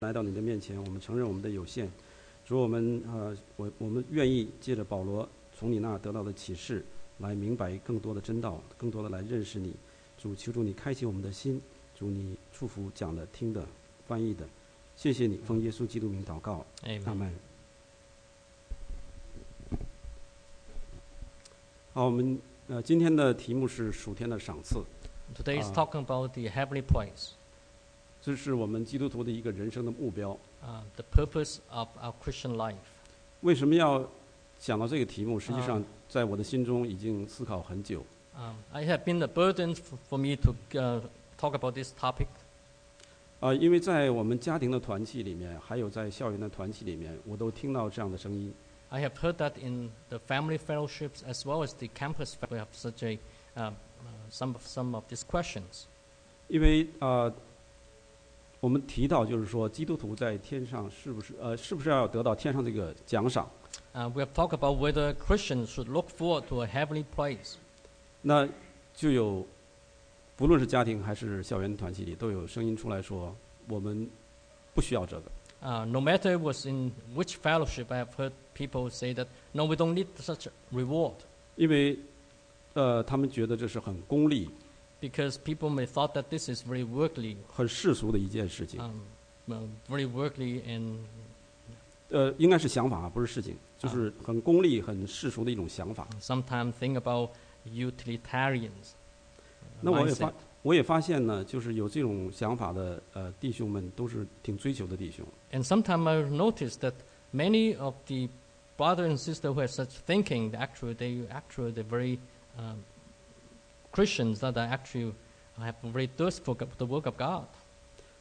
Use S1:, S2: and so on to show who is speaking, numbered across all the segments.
S1: 来到你的面前，我们承认我们的有限，主我们呃，我我们愿意借着保罗从你那得到的启示，来明白更多的真道，更多的来认识你。主，求主你开启我们的心，主你祝福讲的、听的、翻译的，谢谢你，奉耶稣基督名祷告，阿
S2: Amen.
S1: 门。好，我们呃今天的题目是属天的赏赐，
S2: Today is
S1: Uh,
S2: talking about the heavenly prize,
S1: 这是我们基督徒的一个人生的目标。
S2: uh, the purpose of our Christian life.
S1: 为什么要讲到这个题目？实际上
S2: 啊，
S1: 在我的心中已经思考很久。
S2: Um, I have been a burden f- for me to uh, talk about this topic.
S1: 啊、因为在我们家庭的团契里面，还有在校园的团契里面，我都听到这样的声音。
S2: I have heard that in the family fellowships as well as the campus, fe- we have such a um, uh, some of some of these questions.
S1: 因为啊、呃我们提到就是说，基督徒在天上是不是呃，是不是要得到天上这个奖赏？
S2: Uh, we have talked about whether Christians should look forward to a heavenly prize.
S1: 那就有，不论是家庭还是校园团契里，都有声音出来说，我们不需要这个。
S2: Uh, no matter was in which fellowship, I have heard people say that no, we don't need such a reward
S1: 因为，呃，他们觉得这是很功利、
S2: because people may thought that this is very worldly,
S1: 很世俗的一件事情。
S2: um, well, very worldly and
S1: 呃，应该是想法，不是事情，
S2: 啊
S1: 就是很功利、很世俗的一种想法。
S2: 嗯 sometimes uh, think about utilitarians. uh,
S1: 那我也
S2: mindset.
S1: 发，我也发现呢，就是有这种想法的呃弟兄们，都是挺追求的弟兄。
S2: And sometimes I noticed that many of the brother and sister who have such thinking, they actually, they actually, they're very um, Christians that are actually have very thirst for the work of God.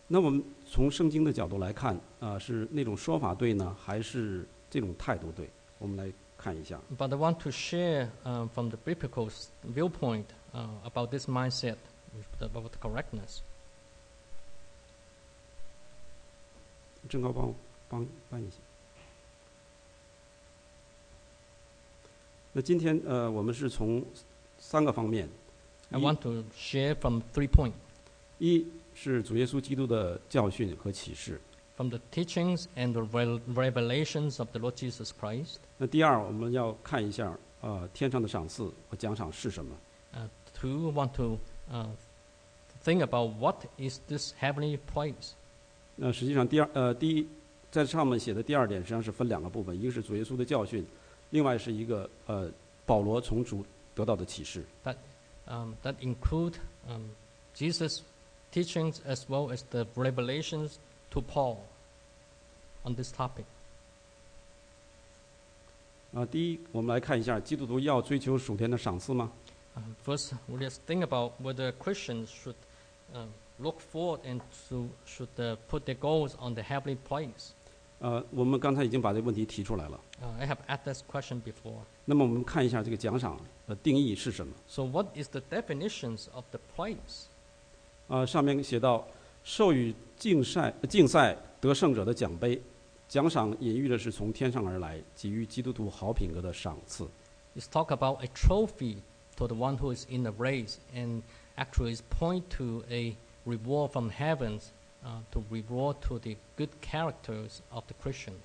S1: 那我们从圣经的角度来看，啊、是那种说法对呢，还是这种态度对？我们来看一下。
S2: But I want to share um, from the biblical s- viewpoint uh, about this mindset, about the correctness.
S1: 郑高帮我帮搬一下。那今天呃，我们是从三个方面，
S2: I
S1: 一
S2: want to share from three points,
S1: 一是主耶稣基督的教训和启示。
S2: from the teachings and the rel- revelations of the Lord Jesus Christ.
S1: 那第二，我们要看一下，呃，天上的赏赐和奖赏是什么？
S2: Uh, two, want to uh, think about what is this heavenly prize.
S1: 那实际上，第二，呃，第一，在上面写的第二点，实际上是分两个部分，一个是主耶稣的教训，另外是一个呃，保罗从主得到的启示。
S2: that, um, that include um, Jesus' teachings as well as the revelations to Paul on this topic.
S1: 啊、第一，我们来看一下，基督徒要追求属天的赏赐吗？
S2: Um, first, we just think about whether Christians should um, look forward and to, should uh, put their goals on the heavenly place.
S1: 呃，我们刚才已经把这个问题提出来了。
S2: Uh, I have asked this question before.
S1: 那么我们看一下这个奖赏的定义是什么？
S2: So, what is the definitions of the prize?
S1: 啊、上面写到，授予竞赛竞赛得胜者的奖杯，奖赏隐喻的是从天上而来，给予基督徒好品格的赏赐。
S2: It's talk about a trophy to the one who is in the race, and actually is point to a reward from heavens uh, to reward to the good characters of the Christians.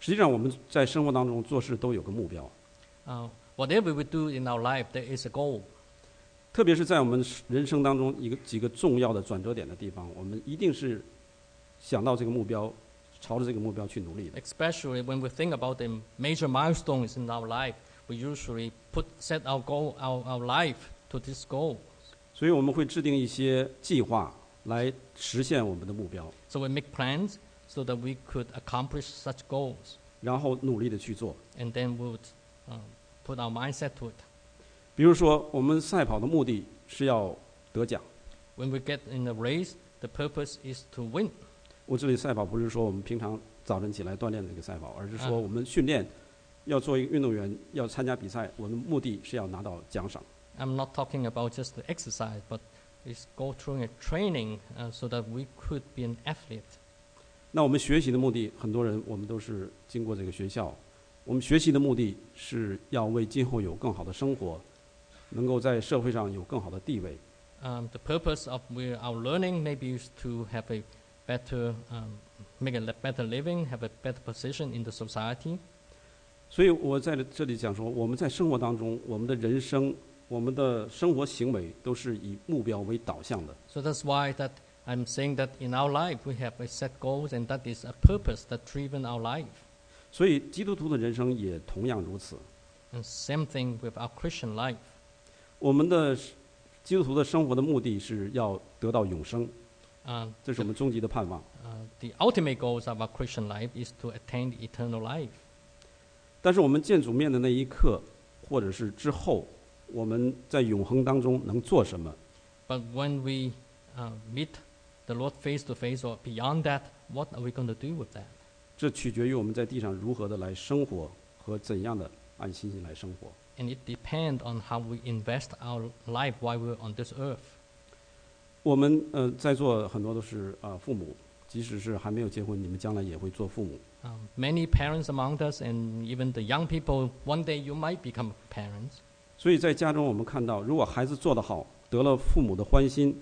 S1: 实际上，我们在生活当中做事都有个目标，
S2: Uh, whatever we do in our life, there is a goal.
S1: 特别是在我们人生当中一个几个重要的转折点的地方，我们一定是想到这个目标，朝着这个目标去努力的。
S2: Especially when we think about the major milestones in our life, we usually put set our goal, our, our life to this goal.
S1: 所以，我们会制定一些计划来实现我们的目标，
S2: So we make plans so that we could accomplish such goals,
S1: 然后努力的去做。
S2: and then we would um, put our mindset to it.
S1: 比如说，我们赛跑的目的是要得奖。
S2: When we get in a race, the purpose is to win.
S1: 我这里赛跑不是说我们平常早晨起来锻炼的一个赛跑，而是说
S2: 嗯
S1: 我们训练要做一个运动员，要参加比赛，我们目的是要拿到奖赏。
S2: I'm not talking about just the exercise, but it's go through a training uh, so that we could be an athlete.
S1: 那我们学习的目的，很多人我们都是经过这个学校，我们学习的目的是要为今后有更好的生活，能够在社会上有更好的地位。
S2: Um, the purpose of we, our learning maybe is to have a better um, make a le- better living, have a better position in the society.
S1: 所以我在这里讲说，我们在生活当中，我们的人生，我们的生活行为都是以目标为导向的。
S2: So that's why that I'm saying that in our life we have a set goals and that is a purpose that driven our life.
S1: 所以基督徒的人生也同样如此。
S2: And same thing with our Christian life.
S1: 我们的基督徒的生活的目的是要得到永生，
S2: Uh,
S1: 这是我们终极的盼望。
S2: uh, the ultimate goals of our Christian life is to attain the eternal life.
S1: 但是我们见主面的那一刻，或者是之后，我们在永恒当中能做什么？
S2: But when we uh, meet the Lord face to face or beyond that, what are we going to do with that?
S1: 这取决于我们在地上如何的来生活和怎样的按信心来生活。
S2: And it depends on how we invest our life while we're on this earth.
S1: 我们呃在座很多都是呃父母，即使是还没有结婚，你们将来也会做父母。
S2: Um, many parents among us, and even the young people, one day you might become parents.
S1: 所以在家中我们看到，如果孩子做得好，得了父母的欢心，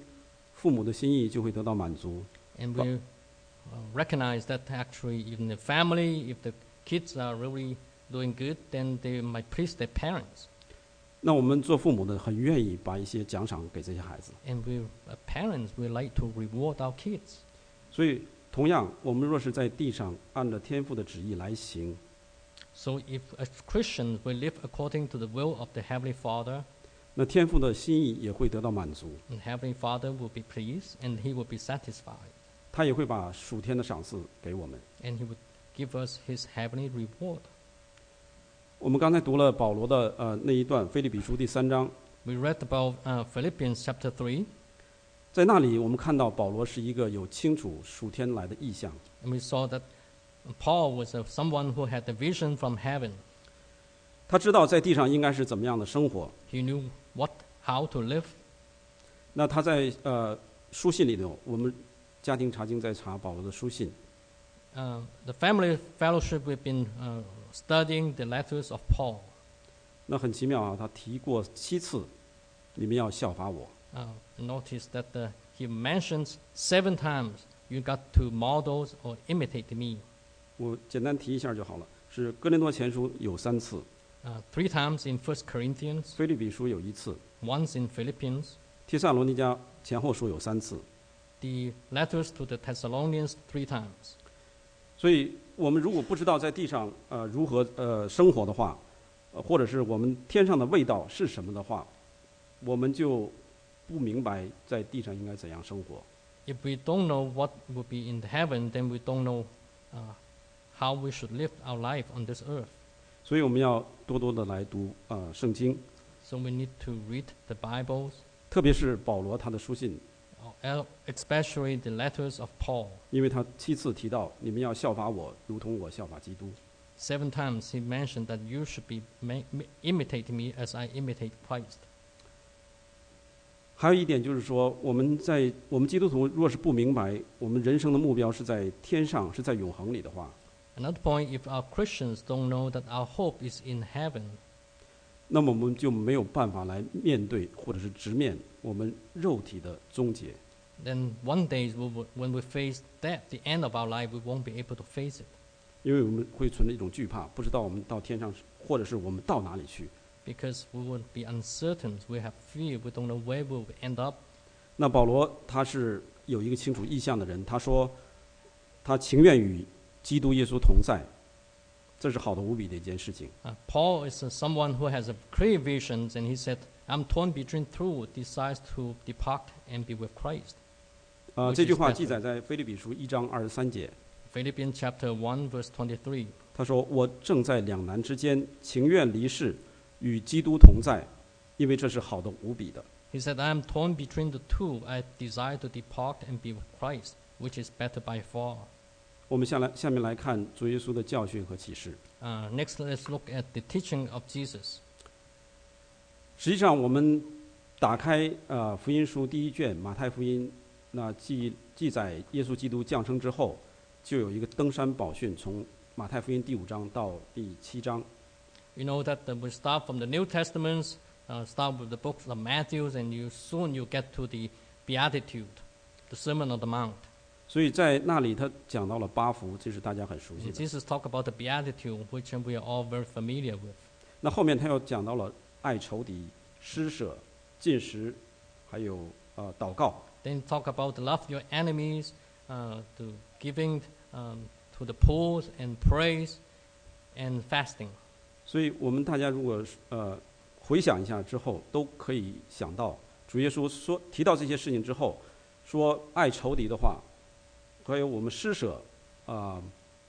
S1: 父母的心意就会得到满足。
S2: And
S1: But-
S2: we uh, recognize that actually, even the family, if the kids are really doing good, then they might please their parents.
S1: 那我们做父母的很愿意把一些奖赏给这些孩子。
S2: And we, uh, parents, we like to reward our kids.
S1: 所以，同样，我们若是在地上按照天父的旨意来行，
S2: So if as Christians we live according to the will of the Heavenly Father,
S1: 那天父的心意也会得到满足，
S2: and Heavenly Father will be pleased and He will be satisfied.
S1: 他也会把属天的赏赐给我们。
S2: And He would give us His heavenly reward.
S1: 我们刚才读了保罗的呃那一段《菲利比书》第三章，
S2: We read about uh, Philippians chapter 3,
S1: 在那里我们看到保罗是一个有清楚属天来的意象，
S2: and we saw that Paul was uh, someone who had a vision from heaven.
S1: 他知道在地上应该是怎么样的生活。
S2: He knew what, how to live.
S1: 那他在呃书信里头，我们家庭查经在查保罗的书信，
S2: Uh, the family fellowship we've been uh, studying the letters of Paul.
S1: 那很奇妙啊，他提过七次，你们要效法我。
S2: Uh, notice that uh, he mentions seven times you got to model or imitate me.
S1: 我简单提一下就好了，是哥林多前书有三次，
S2: Uh, three times in First Corinthians,
S1: 菲利比书有一次，
S2: once in Philippians,
S1: 帖萨罗尼迦前后书有三次。
S2: the letters to the Thessalonians three times.
S1: 所以我们如果不知道在地上呃如何呃生活的话，呃或者是我们天上的味道是什么的话，我们就不明白在地上应该怎样生活。
S2: If we don't know what will be in heaven, then we don't know uh, how we should live our life on this earth.
S1: 所以我们要多多的来读呃圣经，
S2: So we need to read the Bibles,
S1: 特别是保罗他的书信，
S2: or el- especially the letters of Paul.
S1: 因为他七次提到你们要效法我，如同我效法基督。
S2: Seven times he mentioned that you should be ma- ma- imitate me as I imitate Christ.
S1: 还有一点就是说，我们在我们基督徒若是不明白我们人生的目标是在天上，是在永恒里的话，
S2: Another point, if our Christians don't know that our hope is in heaven,
S1: 那么我们就没有办法来面对或者是直面我们肉体的终结。
S2: then one day we will, when we face death, the end of our life, we won't be able to face it
S1: 因为我们会存着一种惧怕，不知道我们到天上是，或者是我们到哪里去。
S2: because we will be uncertain. We have fear. We don't know where we will end up.
S1: 那保罗他是有一个清楚意向的人，他说他情愿与基督耶稣同在，这是好的无比的一件事情。
S2: Uh, Paul is uh, someone who has a clear visions, and he said, "I'm torn between two. Decides to depart and be with Christ."
S1: 啊、
S2: Which
S1: 这句
S2: is
S1: 话
S2: better.
S1: 记载在菲利比书一章二十三节。
S2: Philippians chapter one verse twenty-three.
S1: 他说：“我正在两难之间，情愿离世，与基督同在，因为这是好的无比的。
S2: He said, "I am torn between the two. I desire to depart and be with Christ, which is better by far." ”
S1: 我们下来下面来看主耶稣的教训和启示。
S2: Uh, next, let's look at the teaching of Jesus.
S1: 实际上，我们打开呃福音书第一卷马太福音，那记记载耶稣基督降生之后，就有一个登山宝训，从马太福音第五章到第七章。
S2: You know that uh, we start from the New Testaments, uh, start with the books of Matthew, and you soon you get to the Beatitude, the Sermon on the Mount.
S1: 所所以在那里他讲到了八福，这是大家很熟悉
S2: And
S1: 的。
S2: Jesus talked about the beatitude, which we are all very familiar with.
S1: 那后面他又讲到了爱仇敌、施舍、进食，还有呃祷告。
S2: Then talk about love your enemies, uh, to giving um, to the poor and praise, and fasting.
S1: 所以我们大家如果呃回想一下之后，都可以想到主耶稣说提到这些事情之后，说爱仇敌的话，还有我们施舍啊、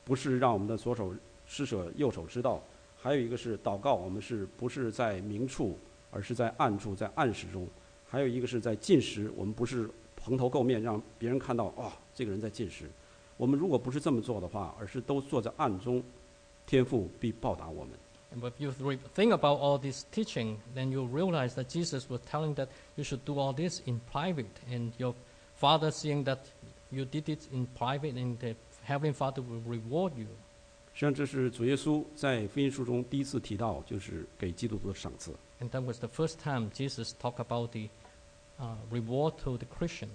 S1: 不是让我们的左手施舍右手知道，还有一个是祷告，我们是不是在明处，而是在暗处，在暗室中，还有一个是在进食，我们不是蓬头垢面让别人看到哦，这个人在进食。我们如果不是这么做的话，而是都坐在暗中，天父必报答我们。
S2: And if you re- think about all this teaching, then you realize that Jesus was telling that you should do all this in private, and your Father seeing that you did it in private, and the Heavenly Father will reward you.
S1: 实际上，这是主耶稣在福音书中第一次提到，就是给基督徒的赏赐。
S2: And that was the first time Jesus talked about the uh, reward to the Christians,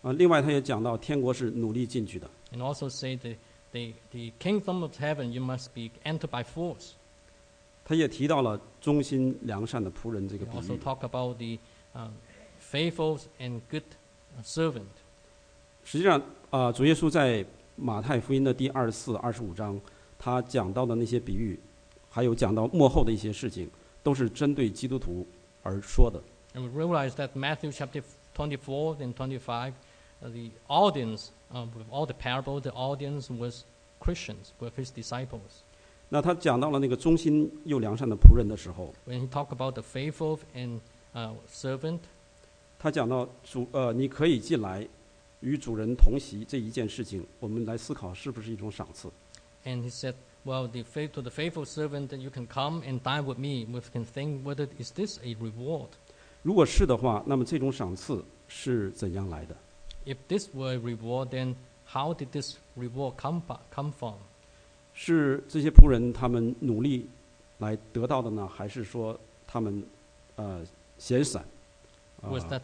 S1: 啊，另外他也讲到，天国是努力进去的。
S2: and also say the the, the kingdom of heaven you must be entered by force.
S1: 他也提到了忠心良善的仆人这个
S2: And
S1: 比
S2: also
S1: 喻。
S2: talk about the um, faithful and good uh, servant.
S1: 实际上，啊、主耶稣在马太福音的第二十四、二十五章，他讲到的那些比喻，还有讲到幕后的一些事情，都是针对基督徒而说的。
S2: And we realize that Matthew chapter 24 and 25, uh, the audience, uh, with all the parable, the audience was Christians, were his disciples.
S1: 那他讲到了那个忠心又良善的仆人的时候，
S2: When he talked about the faithful and uh, servant,
S1: 他讲到主呃，你可以进来与主人同席这一件事情，我们来思考是不是一种赏赐。
S2: and he said, well, the faith, to the faithful servant, that you can come and dine with me. We can think whether is this a reward.
S1: 如果是的话，那么这种赏赐是怎样来的？
S2: If this were a reward, then how did this reward come, by, come from?
S1: 是这些仆人他们努力来得到的呢，还是说他们呃闲散？啊
S2: Was that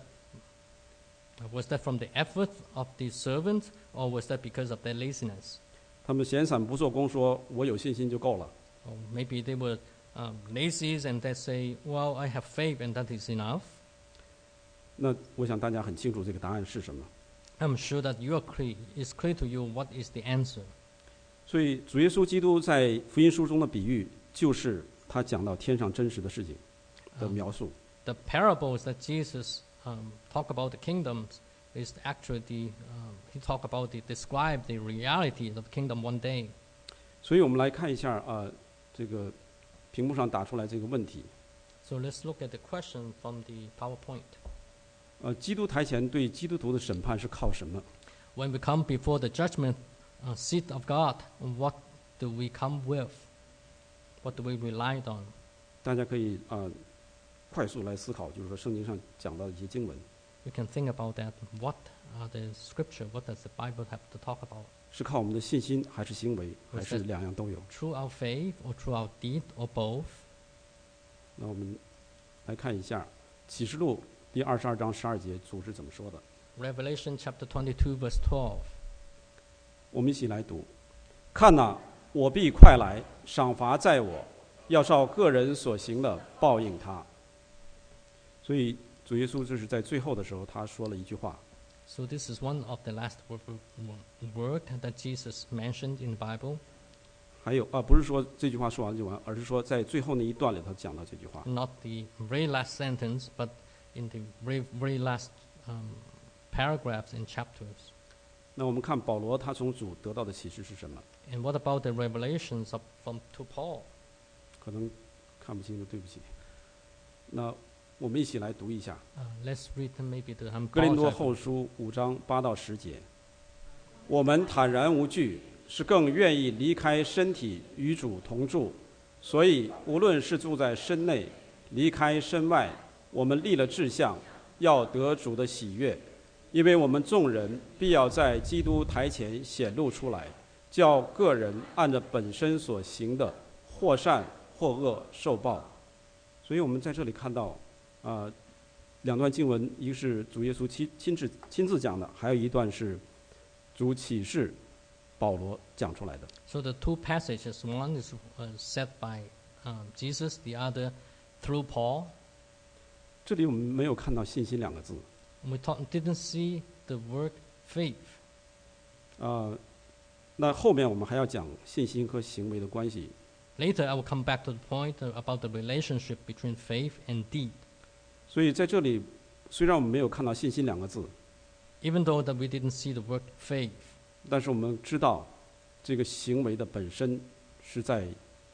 S2: was that from the effort of the servant, or was that because of their laziness?
S1: 他们闲散不做工说，我有信心就够了。
S2: Or maybe they were um, lazy and they say, "Well, I have faith, and that is enough."
S1: 那我想大家很清楚这个答案是什么。
S2: I'm sure that you are clear, it's clear to you what is the answer.
S1: 所以主耶稣基督在福音书中的比喻，就是他讲到天上真实的事情的描述。
S2: The parables that Jesus um, talk about the kingdoms is actually the, um, he talk about the describe the reality of the kingdom one day.
S1: 所以我们来看一下啊、呃这个屏幕上打出来这个问题。
S2: So let's look at the question from the PowerPoint.
S1: 呃，基督台前对基督徒的审判是靠什么？
S2: When we come before the judgment uh, seat of God, what do we come with? What do we rely on?
S1: 大家可以啊、呃快速来思考，就是说圣经上讲到的一些经文。
S2: We can think about that. What are the scripture? What does the Bible have to talk about?
S1: 是靠我们的信心，还是行为，还是
S2: 是
S1: 两样都有？
S2: Through our faith or through our deed or both?
S1: 那我们来看一下《启示录》第二十二章十二节，主是怎么说的？
S2: Revelation chapter 22, verse 12.
S1: 我们一起来读：看呐、我必快来，赏罚在我，要照个人所行的报应他。所以主耶稣就是在最后的时候，他说了一句话，
S2: So this is one of the last wo- wo- word that Jesus mentioned in the Bible.
S1: 还有啊，不是说这句话说完就完，而是说在最后那一段里头讲到这句话。
S2: Not the very last sentence, but in the very, very last um, paragraphs and chapters.
S1: 那我们看保罗他从主得到的启示是什么？
S2: And what about the revelations of, from to Paul?
S1: 可能看不清楚，对不起。那我们一起来读一下《
S2: Uh, let's read them maybe the I'm
S1: 哥林多
S2: apologize.
S1: 后书》五章八到十节。我们坦然无惧，是更愿意离开身体与主同住，所以无论是住在身内，离开身外，我们立了志向，要得主的喜悦，因为我们众人必要在基督台前显露出来，叫个人按着本身所行的，或善或恶受报。所以我们在这里看到，啊、两段经文，一个是主耶稣亲亲自亲自讲的，还有一段是主启示保罗讲出来的。
S2: So the two passages, one is uh, said by um, Jesus, the other through Paul.
S1: 这里我们没有看到信心两个字，
S2: We thought, didn't see the word faith.
S1: 啊、那后面我们还要讲信心和行为的关系。
S2: Later, I will come back to the point uh, about the relationship between faith and deed.
S1: 所以在这里，虽然我们没有看到信心两个字，
S2: Even though that we didn't see the word faith,
S1: 但是我们知道，这个行为的本身是在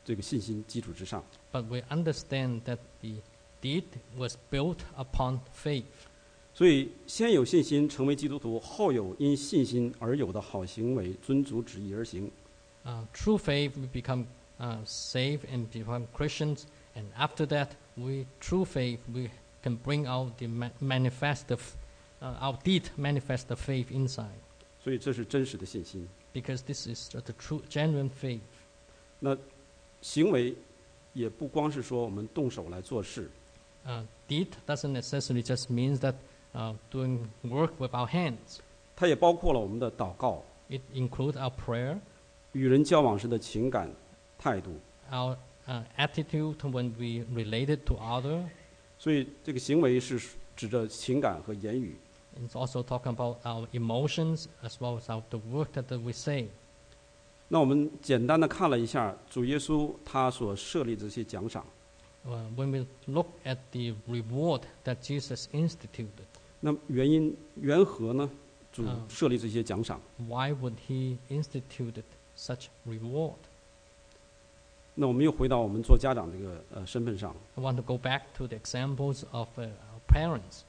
S1: 这个信心基础之上。
S2: but we understand that the deed was built upon faith.
S1: 所以，先有信心成为基督徒，后有因信心而有的好行为，遵足旨意而行。
S2: Uh, through faith, we become uh, saved and become Christians, and after that, we through faith we can bring out the ma- manifest the f- uh, our deed manifest the faith inside,
S1: 所以，这是真实的信心。
S2: because this is the, the true genuine faith.
S1: 那行为也不光是说我们动手来做事，
S2: Uh, deed doesn't necessarily just means that uh, doing work with our hands.
S1: 它也包括了我们的祷告、
S2: It includes our prayer,
S1: 与人交往时的情感态度。
S2: our uh, attitude when we related to other.
S1: 所以，这个行为是指着情感和言语。
S2: It's also talking about our emotions as well as our, the work that, that we say.
S1: 那我们简单的看了一下主耶稣他所设立的这些奖赏。
S2: Uh, when we look at the reward that Jesus instituted,
S1: 那原因缘何呢？主
S2: 嗯
S1: 设立这些奖赏。
S2: why would he institute such reward?
S1: 那我们又回到我们做家长这个呃身份上。
S2: I want to go back to the examples of uh, our parents.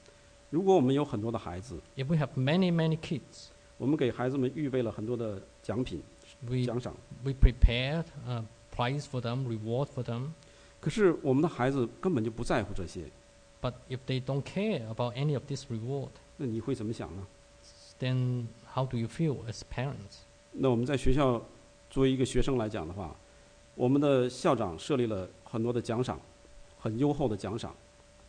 S1: 如果我们有很多的孩子，
S2: If we have many, many kids,
S1: 我们给孩子们预备了很多的奖品、
S2: we,
S1: 奖赏，
S2: we prepared a prize for them, reward for them,
S1: 可是我们的孩子根本就不在乎这些，
S2: but if they don't care about any of this reward,
S1: 那你会怎么想呢？
S2: then how do you feel as parents?
S1: 那我们在学校作为一个学生来讲的话，我们的校长设立了很多的奖赏，很优厚的奖赏。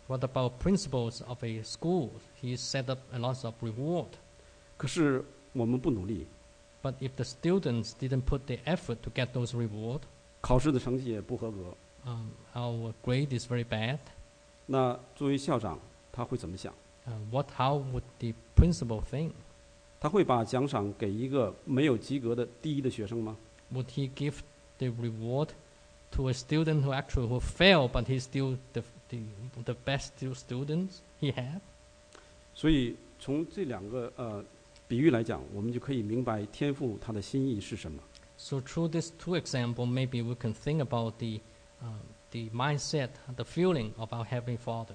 S2: What about principals of a school? He set up a lot of reward,
S1: 可是我们不努力，
S2: but if the students didn't put the effort to get those reward,
S1: 考试的成绩也不合格，
S2: um, our grade is very bad.
S1: 那作为校长他会怎么想？
S2: Uh, what? How would the principal think?
S1: 他会把奖赏给一个没有及格的第一的学生吗？
S2: Would he give the reward to a student who actually who failed, but he's still the the, the best stu- students he had?
S1: 所以从这两个呃比喻来讲，我们就可以明白天父他的心意是什么。
S2: So through these two examples, maybe we can think about the um, the mindset, the feeling of our heavenly Father.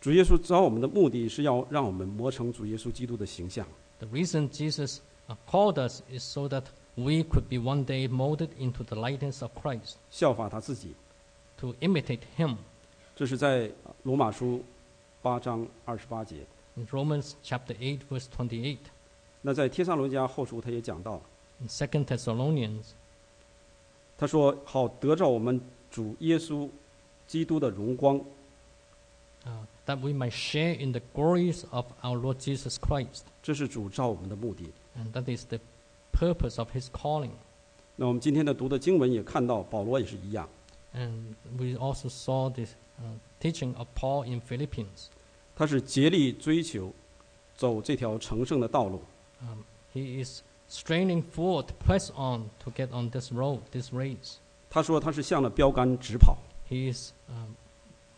S1: 主耶稣找我们的目的是要让我们磨成主耶稣基督的形象，
S2: The reason Jesus uh, called us is so that we could be one day molded into the likeness of Christ,
S1: 效法他自己。
S2: to imitate Him.
S1: 这是在呃罗马书八章二十八节。
S2: In Romans chapter 8, verse 28,
S1: 那在帖撒罗尼迦后书他也讲到，
S2: in 2 Thessalonians,
S1: 他说：“好得着我们主耶稣基督的荣光。
S2: uh, that we might share in the glories of our Lord Jesus Christ. ”
S1: 这是主召我们的目的。
S2: And that is the purpose of His calling.
S1: 那我们今天的读的经文也看到，保罗也是一样，
S2: And we also saw this uh, teaching of Paul in Philippians.
S1: 他是竭力追求走这条成圣的道路。
S2: Um, he is straining forward, press on to get on this road, this race.
S1: 他说他是向着标杆直跑，
S2: he is um,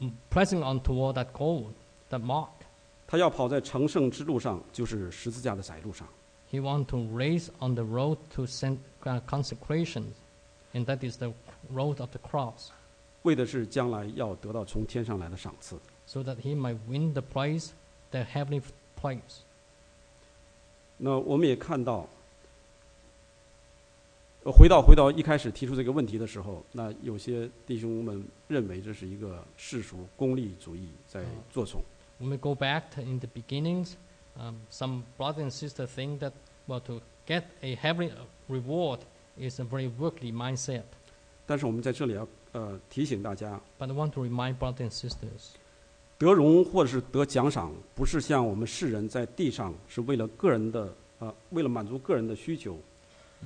S2: m- pressing on toward that goal, that mark.
S1: 他要跑在成圣之路上，就是十字架的窄路上。
S2: He wants to race on the road to san- uh, consecration, and that is the road of the cross,
S1: 为的是将来要得到从天上来的赏赐。
S2: so that he might win the prize, the heavenly prize.
S1: 那我们也看到，呃回到回到一开始提出这个问题的时候，那有些弟兄们认为这是一个世俗功利主义在作祟。
S2: When we go back to in the beginnings, um, some brother and sister think that well, to get a heavenly uh, reward is a very worldly mindset.
S1: 但是我们在这里要呃提醒大家，
S2: But I want to remind brothers and sisters
S1: 得荣或者是得奖赏，不是像我们世人在地上是为了个人的呃，为了满足个人的需求，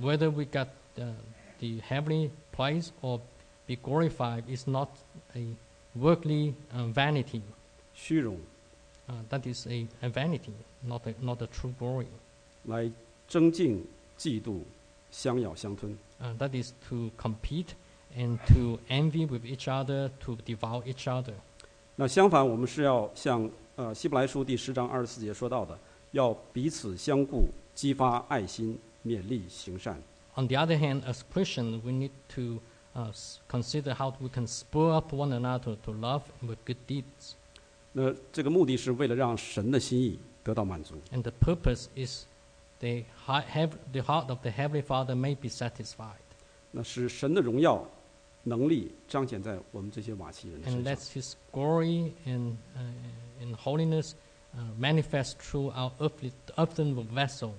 S2: Whether we get uh, the heavenly prize or be glorified is not a worldly uh, vanity.
S1: 虚荣
S2: Uh, that is a, a vanity, not a, not a true glory.
S1: 来争竞、嫉妒、相咬相吞。
S2: Uh, that is to compete and to envy with each other, to devour each other.
S1: 那相反，我们是要像呃希伯来书第十章二十四节说到的，要彼此相顾，激发爱心，勉励行善。
S2: On the other hand, as Christians, we need to uh, s- consider how we can spur up one another to love with good deeds.
S1: 那这个目的是为了让神的心意得到满足。
S2: And the purpose is the, high, heav- the heart of the Heavenly Father may be satisfied.
S1: 那使神的荣耀能力彰显在我们这些瓦器人的
S2: And
S1: 身上
S2: let。His glory and, uh, and holiness uh, manifest through our earthly, earthen vessel.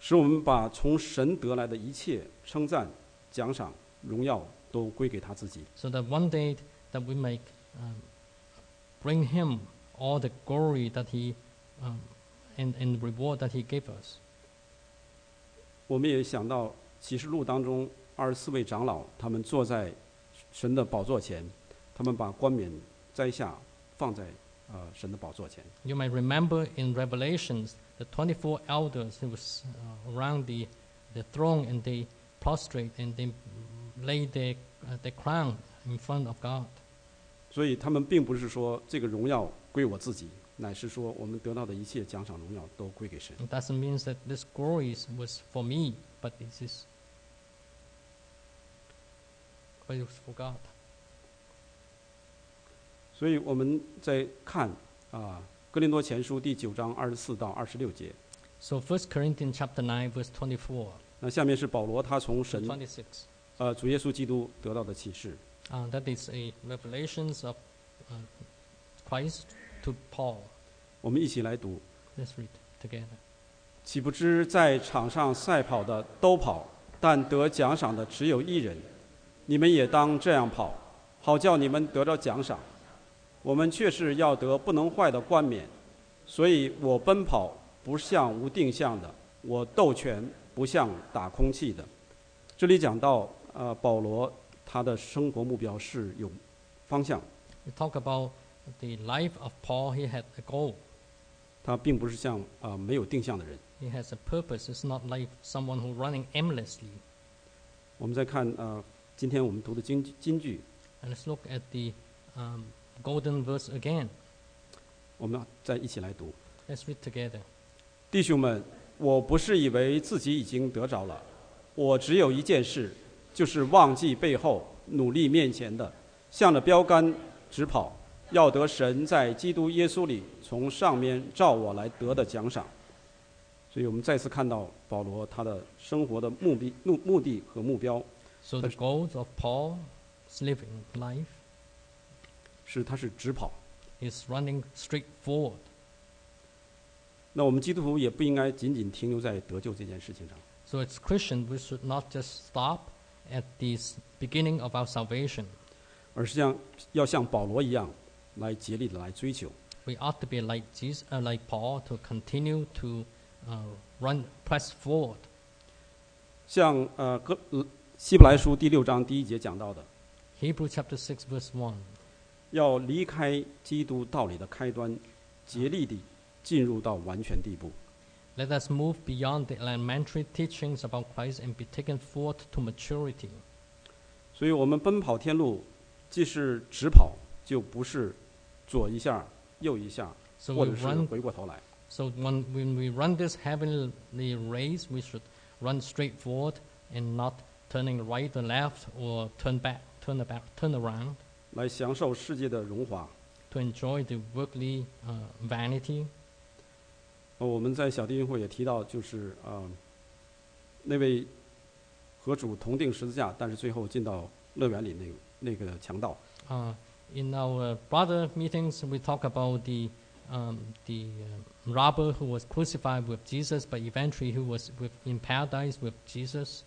S1: 使我们把从神得来的一切称赞、奖赏、荣耀都归给他自己。
S2: so that one day that we may um, bring him all the glory that he um, and, and reward that he gave us.
S1: 我们也想到启示录当中二十四位长老，他们坐在神的宝座前，他们把冠冕摘下放在呃神的宝座前。
S2: You may remember in Revelations the 24 elders who was uh, around the, the throne and they prostrate and they lay their, uh, their crown in front of God.
S1: 所以他们并不是说这个荣耀归我自己，乃是说我们得到的一切奖赏荣耀都归给神。
S2: It doesn't mean that this glory is- was for me, but it is but it was for God.
S1: 所以我们在看啊、哥林多前书》第九章二十四到二十六节。
S2: So 1 Corinthians chapter 9 verse 24
S1: 那下面是保罗他从
S2: to
S1: 神
S2: 26.
S1: 呃主耶稣基督得到的启示。
S2: Uh, that is a revelations of uh, Christ to Paul.
S1: 我们一起来读：
S2: Let's read together.
S1: 岂不知在场上赛跑的都跑，但得奖赏的只有一人。你们也当这样跑，好叫你们得着奖赏。我们却是要得不能坏的冠冕，所以我奔跑不像无定向的，我斗拳不像打空气的。这里讲到，呃，保罗他的生活目标是有方向，
S2: We talk about the life of Paul. He had a goal.
S1: 他并不是像啊、呃没有定向的人。
S2: He has a purpose. It's not like someone who running aimlessly.
S1: 我们再看呃，今天我们读的京京剧，
S2: And let's look at the um, golden verse again.
S1: 我们再一起来读。
S2: Let's read together.
S1: 弟兄们，我不是以为自己已经得着了，我只有一件事，就是忘记背后，努力面前的，向着标杆直跑，要得神在基督耶稣里从上面照我来得的奖赏。所以我们再次看到保罗他的生活的目的、目目的和目标
S2: So the
S1: First-
S2: goals of Paul's living life
S1: 是他是直跑。
S2: is running straight forward.
S1: 那我们基督徒也不应该仅仅停留在得救这件事情上。
S2: So as Christian, we should not just stop at the s- beginning of our salvation.
S1: 而是像要像保罗一样，来竭力的来追求。
S2: We ought to be like Jesus, uh, like Paul, to continue to uh, run, press forward.
S1: 像呃哥呃希伯来书第六章第一节讲到的，
S2: Hebrews chapter six verse one.
S1: 要离开基督道理的开端，竭力地进入到完全地步。
S2: Let us move beyond the elementary teachings about Christ and be taken forth to maturity.
S1: 所以我们奔跑天路，既是直跑，就不是左一下右一下，
S2: So
S1: 或
S2: we
S1: 者是
S2: run.
S1: 回过头来。
S2: So when, when we run this heavenly race, we should run straight forward and not turning right or left or turn back, turn about, turn around.
S1: 来享受世界的荣华。
S2: to enjoy the worldly uh, vanity.
S1: 呃我们在小弟兄会也提到，就是呃，那位和主同定十字架，但是最后进到乐园里那个那个强盗，
S2: Uh, in our brother meetings, we talk about the um, the uh, robber who was crucified with Jesus, but eventually who was with, in paradise with Jesus.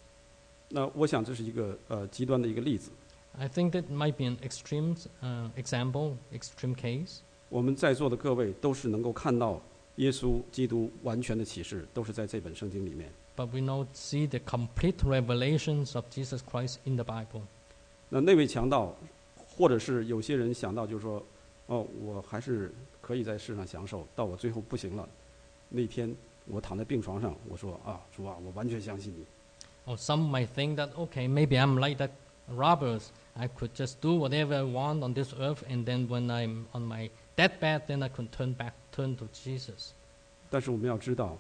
S1: 那我想这是一个呃极端的一个例子。
S2: I think that might be an extreme uh, example, extreme case.
S1: 我们在座的各位都是能够看到耶稣基督完全的启示都是在这本圣经里面。
S2: But we now see the complete revelations of Jesus Christ in the Bible.
S1: 那那位强盗，或者是有些人想到就是说，哦，我还是可以在世上享受，到我最后不行了，那天我躺在病床上，我说啊，主啊，我完全相信你。
S2: Or some might think that, okay, maybe I'm like that robbers. I could just do whatever I want on this earth, and then when I'm on my deathbed, then I can turn back, turn to Jesus.
S1: 但是我们要知道，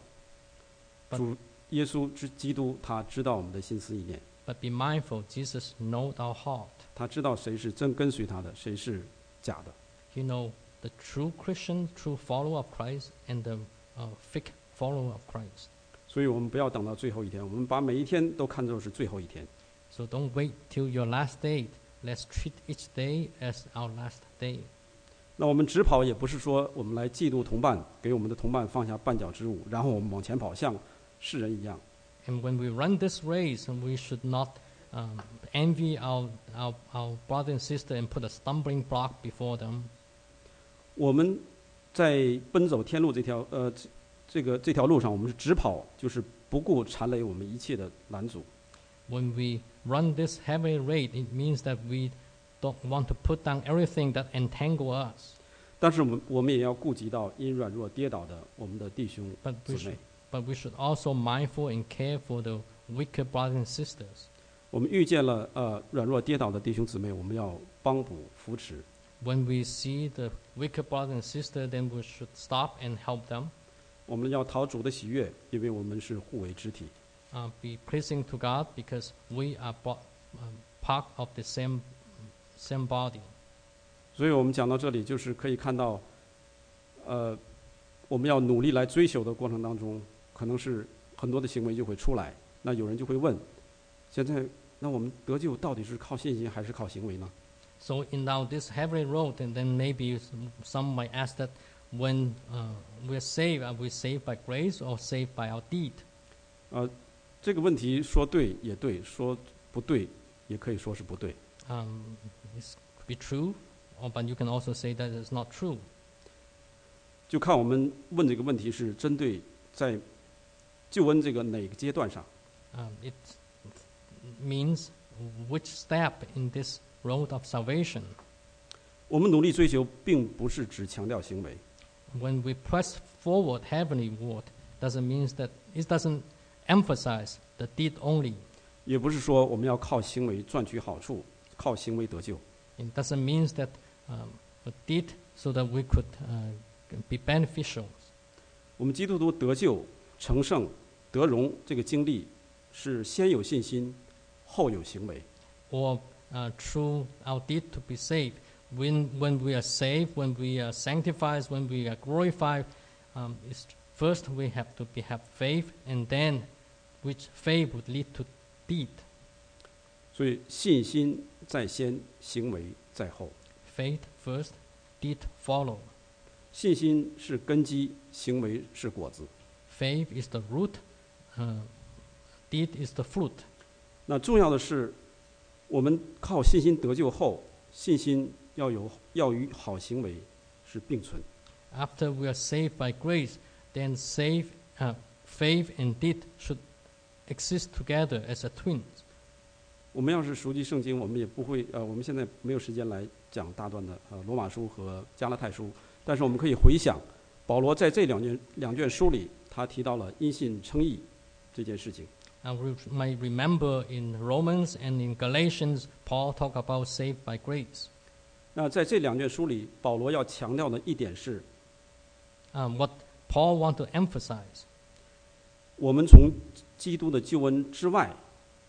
S2: 但
S1: 主耶稣之基督他知道我们的心思意念，
S2: But be mindful, Jesus knows our heart.
S1: 他知道谁是真跟随他的，谁是假的。
S2: He know the true Christian, true follower of Christ, and the uh, fake follower of Christ.
S1: 所以我们不要等到最后一天，我们把每一天都看作是最后一天。
S2: So don't wait till your last day. Let's treat each day as our last day.
S1: 那我们直跑也不是说我们来嫉妒同伴，给我们的同伴放下绊脚之物，然后我们往前跑，像世人一样。
S2: And when we run this race, and we should not um, envy our, our, our brother and sister and put a stumbling block before them.
S1: 我们在奔走天路这条呃这这个这条路上，我们是直跑，就是不顾缠累我们一切的拦阻。
S2: When we run this heavy race, it means that we don't want to put down everything that entangle us.
S1: 但是我们我们也要顾及到因软弱跌倒的我们的弟兄
S2: But
S1: 姊
S2: we should
S1: 妹。
S2: But we should also mindful and care for the weaker brothers and sisters.
S1: 我们遇见了呃软弱跌倒的弟兄姊妹，我们要帮补扶持。
S2: When we see the weaker brother and sister, then we should stop and help them,
S1: 我们要讨主的喜悦，因为我们是互为肢体。
S2: uh, be pleasing to God because we are bo- um, part of the same same body.
S1: 所以我们讲到这里，就是可以看到，呃，我们要努力来追求的过程当中，可能是很多的行为就会出来。那有人就会问，现在那我们得救到底是靠信心还是靠行为呢？
S2: So in now this heavenly road, and then maybe some- some might ask that when uh, we're saved, are we saved by grace or saved by our deed?
S1: 呃，这个问题说对也对，说不对也可以说是不对。
S2: Um, this could be true, or, but you can also say that it's not true.
S1: 就看我们问这个问题是针对在救恩这个哪个阶段上。
S2: Um, it means which step in this road of salvation.
S1: 我们努力追求，并不是只强调行为，
S2: When we press forward heavenly ward, doesn't mean that it doesn't emphasize the deed only.
S1: 也不是说我们要靠行为赚取好处，靠行为得救。
S2: It doesn't mean that um, the deed so that we could uh, be beneficial.
S1: 我们基督徒得救、成圣、得荣这个经历，是先有信心，后有行为。
S2: or uh, through our deed to be saved. When, when we are saved, when we are sanctified, when we are glorified, um, it's first we have to be, have faith, and then which faith would lead to deed.
S1: 所以信心在先，行为在后。
S2: Faith first, deed follow.
S1: 信心是根基，行为是果子。
S2: Faith is the root, uh, deed is the fruit.
S1: 那重要的是，我们靠信心得救后，信心要有要与好行为是并存。
S2: After we are saved by grace, then save, uh, faith and deed should exist together as a twins.
S1: 我们要是熟悉圣经，我们也不会呃，我们现在没有时间来讲大段的呃罗马书和加拉太书，但是我们可以回想，保罗在这两卷两卷书里，他提到了因信称义这件事情。
S2: I re- may remember in Romans and in Galatians, Paul talk about saved by grace.
S1: 那在这两卷书里，保罗要强调的一点是，
S2: Um, what Paul want to emphasize,
S1: 我们从基督的救恩之外，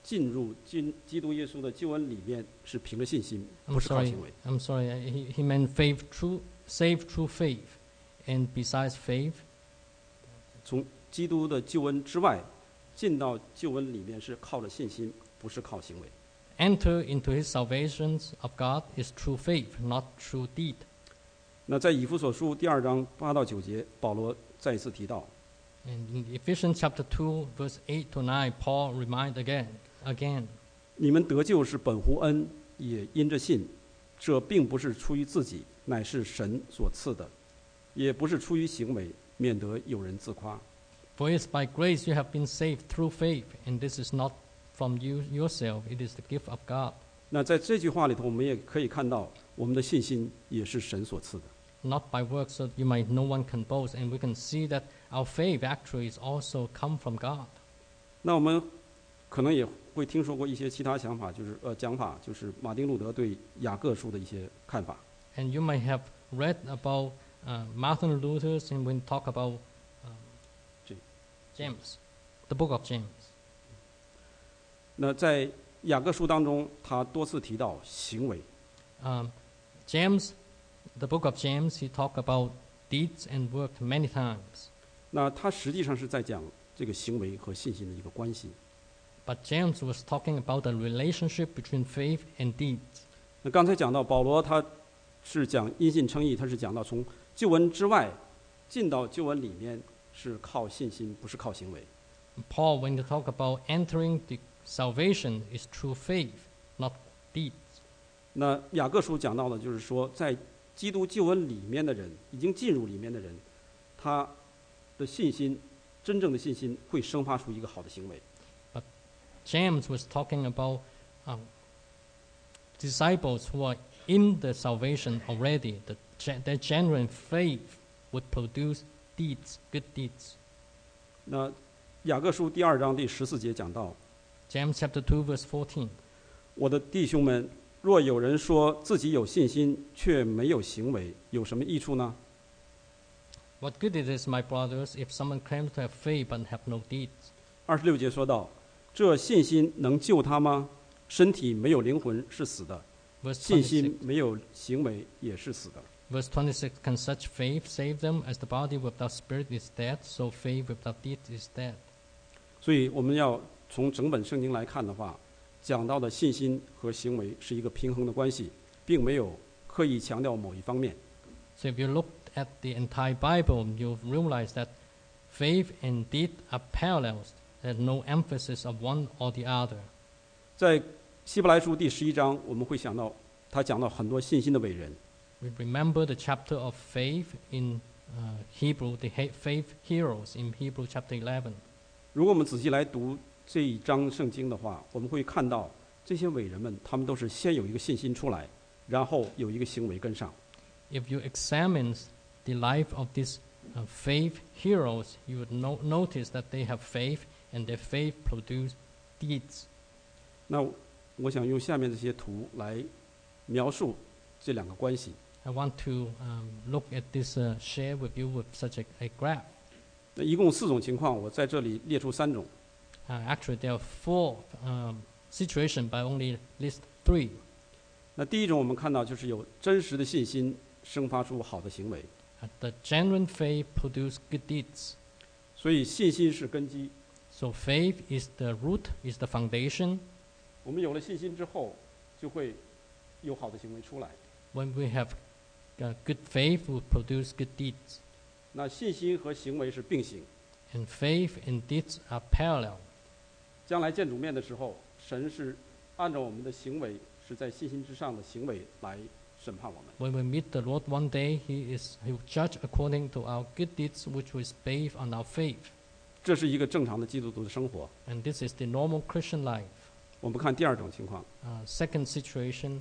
S1: 进入基基督耶稣的救恩里面是凭着信心，
S2: I'm
S1: 不是靠
S2: sorry.
S1: 行为。
S2: I'm sorry. I- He, he meant faith, true, save through faith, and besides faith,
S1: 从基督的救恩之外，进到救恩里面是靠着信心，不是靠行为。
S2: enter into his salvations of God is true faith, not true deed.
S1: 那在以弗所书第二章八到九节，保罗再一次提到，
S2: And in Ephesians chapter two, verse eight to nine, Paul remind again, again.
S1: 你们得救是本乎恩，也因着信，这并不是出于自己，乃是神所赐的；也不是出于行为，免得有人自夸。
S2: For it's by grace you have been saved through faith, and this is not from you yourself, it is the gift of God,
S1: 那在这句话里头，我们也可以看到，我们的信心也是神所赐的。
S2: not by works so that you might no one can boast. And we can see that our faith actually is also come from God.
S1: 那我们可能也会听说过一些其他想法，就是呃讲法，就是马丁路德对雅各书的一些看法。
S2: And you might have read about uh, Martin Luther and when talk about um,
S1: James.
S2: James, the book of James.
S1: 那在雅各书当中，他多次提到行为，
S2: Um, James, the book of James, he talk about deeds and work many times.
S1: 那他实际上是在讲这个行为和信心的一个关系。
S2: But James was talking about the relationship between faith and deeds.
S1: 那刚才讲到保罗，他是讲因信称义，他是讲到从旧文之外进到旧文里面是靠信心，不是靠行为。
S2: Paul, when you talk about entering the salvation, is through faith, not deeds.
S1: 那雅各书讲到的就是说，在基督救恩里面的人，已经进入里面的人，他的信心，真正的信心会生发出一个好的行为。
S2: James was talking about um, disciples who are in the salvation already. The, gen- their genuine faith would produce deeds, good deeds.
S1: 那雅各书第二章第十四节讲到：
S2: James chapter 2, verse 14.
S1: 我的弟兄们，若有人说自己有信心却没有行为，有什么益处呢？
S2: What good it is, my brothers, if someone claims to have faith but have no deeds?
S1: 二十六节说到：这信心能救他吗？身体没有灵魂是死的，
S2: Verse
S1: 信
S2: 26.
S1: 心没有行为也是死的。
S2: Verse 26 Can such faith save them as the body without spirit is dead, so faith without deeds is dead?
S1: 所以我们要从整本圣经来看的话，讲到的信心和行为是一个平衡的关系，并没有刻意强调某一方面。
S2: So if you look at the entire Bible, you'll realize that faith and deed are parallels. There's no emphasis of one or the other.
S1: 在希伯来书第十一章，我们会想到他讲到很多信心的伟人，
S2: We remember the chapter of faith in uh, Hebrew, the he- faith heroes in Hebrew chapter 11.
S1: 如果我们仔细来读这一章圣经的话，我们会看到这些伟人们，他们都是先有一个信心出来，然后有一个行为跟上。
S2: If you examine the life of these uh, faith heroes, you would no- notice that they have faith and their faith produce deeds.
S1: 那我想用下面这些图来描述这两个关系。
S2: I want to um, look at this, uh, share with you with such a, a graph.
S1: 那一共四种情况，我在这里列出三种。
S2: Uh, actually, there are four um, situations, but I only list three.
S1: 那第一种我们看到就是有真实的信心生发出好的行为，
S2: Uh, the genuine faith produces good deeds.
S1: 所以信心是根基。
S2: So faith is the root, is the foundation.
S1: 我们有了信心之后，就会有好的行为出来。
S2: When we have uh, good faith, we produce good deeds.
S1: 那信心和行为是并行。
S2: And faith and deeds are parallel.
S1: 将来见主面的时候，神是按照我们的行为，是在信心之上的行为来审判我们。
S2: When we meet the Lord one day, He is He will judge according to our good deeds, which was based on our faith.
S1: 这是一个正常的基督徒的生活。
S2: And this is the normal Christian life.
S1: 我们看第二种情况，
S2: Uh, second situation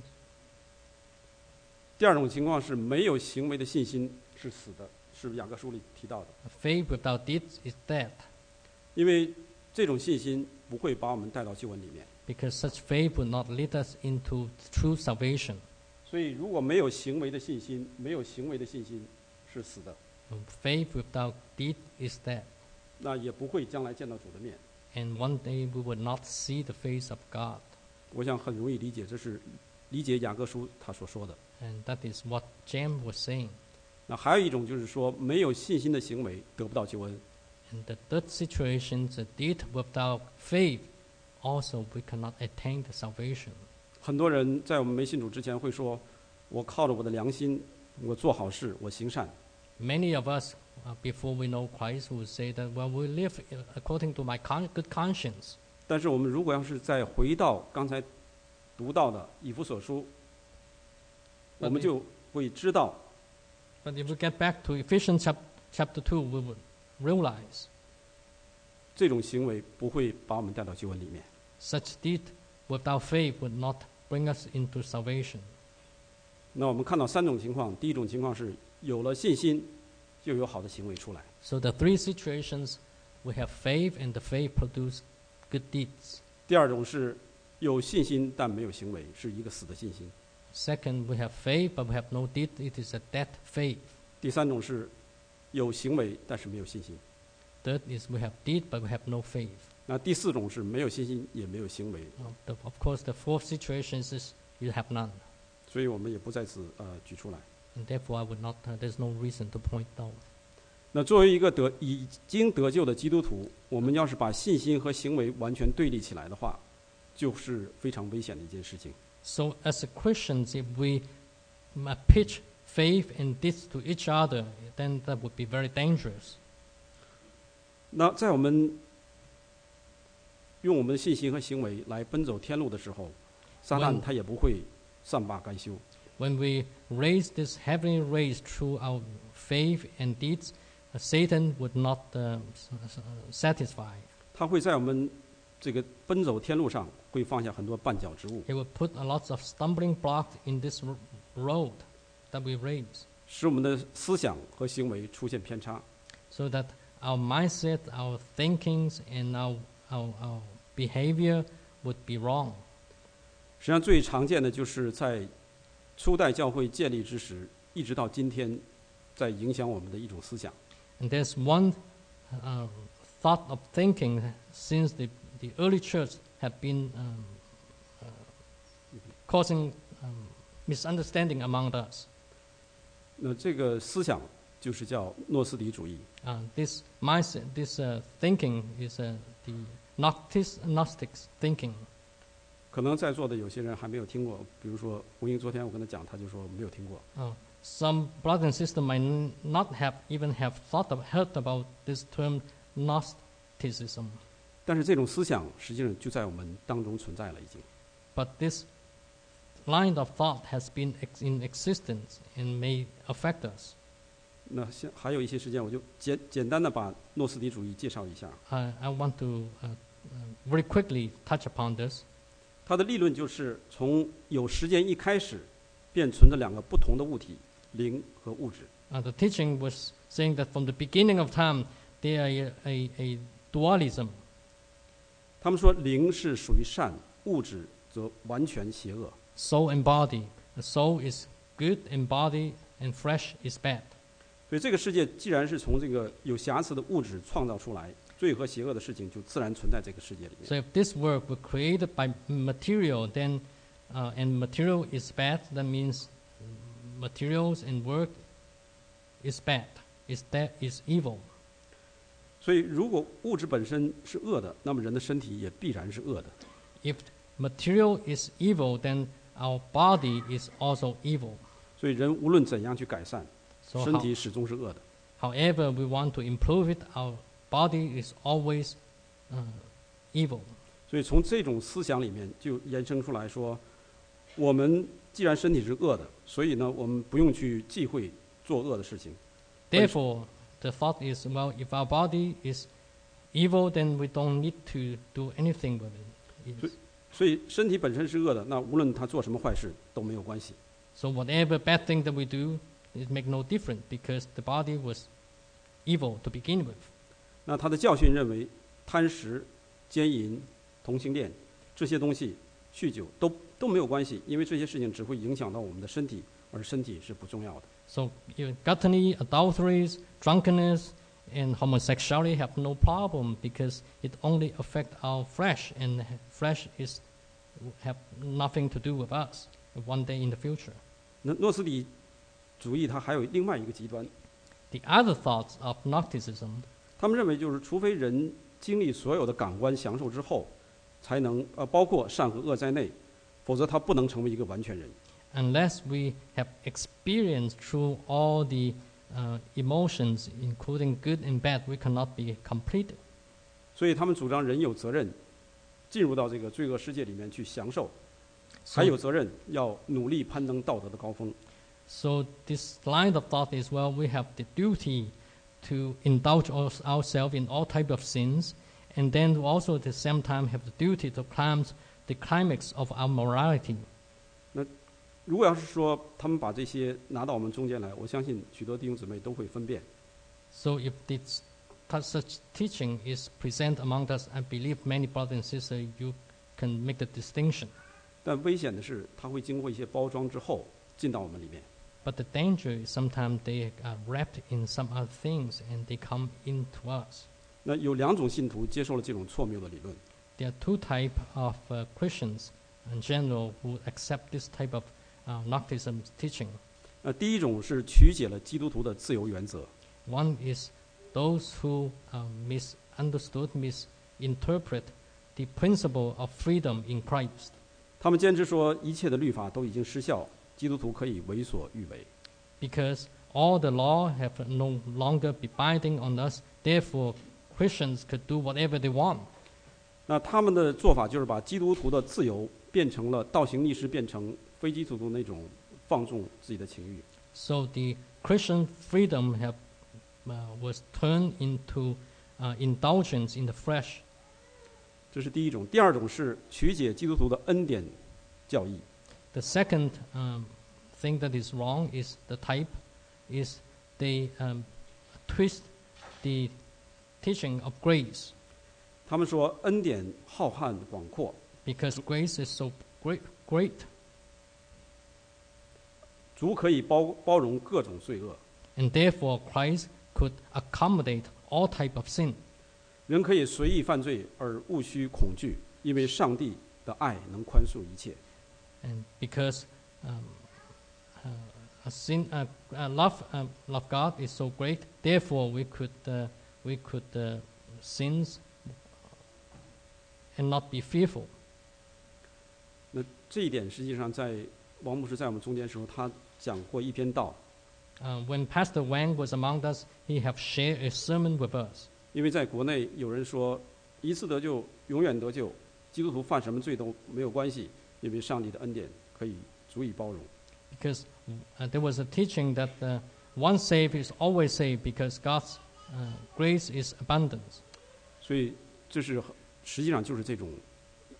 S1: 第二种情况是没有行为的信心是死的，是雅各书里提到的，
S2: Faith without deeds is dead,
S1: 因为这种信心不会把我们带到救恩里面。
S2: because such faith will not lead us into true salvation.
S1: 所以，如果没有行为的信心，没有行为的信心是死的，
S2: And Faith without deed is dead,
S1: 那也不会将来见到主的面。
S2: and one day we will not see the face of God.
S1: 我想很容易理解，这是理解雅各书他所说的。
S2: And that is what James was saying.
S1: 那还有一种就是说，没有信心的行为得不到救恩。
S2: And the third situation, the deed without faith, also we cannot attain the salvation.
S1: 很多人在我们没信主之前会说：“我靠着我的良心，我做好事，我行善。
S2: Many of us, uh, before we know Christ, will say that, well, we live uh, according to my con- good conscience. ”
S1: 但是我们如果要是再回到刚才读到的以弗所书，我们就会知道，
S2: But if we get back to Ephesians chap- chapter 2, we would realize
S1: 这种行为不会把我们带到救恩里面。
S2: such deed without faith would not bring us into salvation.
S1: 那我们看到三种情况，第一种情况是有了信心，就有好的行为出来。
S2: So the three situations, we have faith, and the faith produce good deeds.
S1: 第二种是有信心但没有行为，是一个死的信心。
S2: Second, we have faith, but we have no deed. It is a dead faith.
S1: 第三种是有行为但是没有信心。
S2: Third is we have deed, but we have no faith.
S1: 那第四种是没有信心也没有行为，
S2: Now, the- Of course, the fourth situation is you have none.
S1: 所以我们也不在此呃举出来。
S2: And therefore, I would not, uh, there's no reason to point out.
S1: 那作为一个得已经得救的基督徒，我们要是把信心和行为完全对立起来的话，就是非常危险的一件事情。
S2: So as a Christians, if we ma- pitch faith and deeds to each other, then that would be very dangerous.
S1: 那在我们用我们的信心和行为来奔走天路的时候，撒旦
S2: 嗯
S1: 他也不会善罢甘休。
S2: When we raise this heavenly race through our faith and deeds, uh, Satan would not uh, s- s- uh, satisfy.
S1: 他会在我们这个奔走天路上会放下很多绊脚之物，
S2: He would put a lot of stumbling blocks in this r- road that we raise,
S1: 使我们的思想和行为出现偏差。
S2: so that our mindset, our thinkings, and our, our, our behavior would be wrong.
S1: 实际上，最常见的就是在初代教会建立之时，一直到今天，在影响我们的一种思想。
S2: And there's one uh, thought of thinking since the, the early church have been um, uh, causing um, misunderstanding among us.
S1: 那这个思想就是叫诺斯底主义。
S2: Uh, this mindset, this uh, thinking is uh, the Gnostic, Gnostics thinking.
S1: 可能在座的有些人还没有听过，比如说吴英，昨天我跟他讲，他就说没有听过。
S2: Uh, some brothers and sisters might n- not have even have thought of, heard about this term Gnosticism,
S1: 但是这种思想实际上就在我们当中存在了，已经。
S2: but this line of thought has been ex- in existence and may affect us.
S1: 那现还有一些时间，我就简简单的把诺斯底主义介绍一下。
S2: I I want to uh, uh, very quickly touch upon this.
S1: 它的立论就是从有时间一开始，便存着两个不同的物体，灵和物质。
S2: Uh, the teaching was saying that from the beginning of time, there are a, a, a dualism.
S1: 他们说灵是属于善，物质则完全邪恶。
S2: Soul and body. The soul is good and body and flesh is bad.
S1: 所以这个世界既然是从这个有瑕疵的物质创造出来，罪和邪恶的事情就自然存在这个世界里面。
S2: So if this world were created by material, then uh, and material is bad, that means materials and work is bad, is that is evil.
S1: 所以如果物质本身是恶的，那么人的身体也必然是恶的。
S2: If material is evil, then our body is also evil.
S1: 所以人无论怎样去改善，
S2: So
S1: 身
S2: how,
S1: 体始终是恶的。
S2: however we want to improve it, our body is always uh, evil.
S1: 所以从这种思想里面就延伸出来说，我们既然身体是恶的，所以呢，我们不用去忌讳做恶的事情。
S2: Therefore, the thought is, well, if our body is evil, then we don't need to do anything with it. Yes.
S1: 所以身体本身是恶的，那无论他做什么坏事都没有关系。
S2: So whatever bad thing that we do, it make no difference because the body was evil to begin with.
S1: 那他的教训认为，贪食、奸淫、同性恋这些东西，酗酒都都没有关系，因为这些事情只会影响到我们的身体，而身体是不重要的。
S2: So you know, gluttony, adulteries, drunkenness, and homosexuality have no problem because it only affect our flesh, and flesh is have nothing to do with us one day in the future.
S1: 那诺斯底主义它还有另外一个极端，
S2: The other thoughts of Gnosticism
S1: 他们认为就是，除非人经历所有的感官享受之后，才能呃，包括善和恶在内，否则他不能成为一个完全人。
S2: unless we have experienced through all the uh, emotions, including good and bad, we cannot be complete.
S1: 所以他们主张人有责任进入到这个罪恶世界里面去享受，还
S2: So,
S1: 有责任要努力攀登道德的高峰。
S2: so this line of thought is well, we have the duty to indulge us, ourselves in all type of sins, and then also at the same time have the duty to climb the climax of our morality.
S1: 如果要是说他们把这些拿到我们中间来，我相信许多弟兄姊妹都会分辨。
S2: So if this, that such teaching is present among us, I believe many brothers and sisters, you can make the distinction.
S1: 但危险的是，它会经过一些包装之后进到我们里面。
S2: But the danger is sometimes they are wrapped in some other things and they come into us.
S1: 那有两种信徒接受了这种错谬的理论，
S2: There are two type of uh, Christians in general who accept this type of uh, Gnosticism teaching.
S1: 那第一种是曲解了基督徒的自由原则，
S2: One is those who uh, misunderstood, misinterpret the principle of freedom in Christ.
S1: 他们坚持说一切的律法都已经失效，基督徒可以为所欲为。
S2: because all the law have no longer be binding on us. Therefore, Christians could do whatever they want.
S1: 那他们的做法就是把基督徒的自由变成了倒行逆施，变成非基督徒那种放纵自己的情欲。
S2: So the Christian freedom have, uh, was turned into uh, indulgence in the flesh.
S1: 这是第一种。第二种是曲解基督徒的恩典教义。
S2: The second um, thing that is wrong is the type is they um, twist the teaching of grace
S1: 他们说恩典浩瀚广阔，
S2: because grace is so great, great
S1: 足可以包包容各种罪恶，
S2: and therefore Christ could accommodate all type of sin.
S1: 人可以随意犯罪而无需恐惧，因为上帝的爱能宽恕一切。
S2: and because um, uh, a sin, uh, uh, love, uh, love God is so great, therefore we could uh, we could uh, sins and not be fearful.
S1: 那这一点实际上在王牧师在我们中间的时候，他讲过一篇道，
S2: Uh, when Pastor Wang was among us, he have shared a sermon with us
S1: 因为在国内有人说一次得救永远得救，基督徒犯什么罪都没有关系，因为上帝的恩典可以足以包容。
S2: because uh, there was a teaching that uh, once saved is always saved because God's uh, grace is abundance.
S1: 所以这是实际上就是这种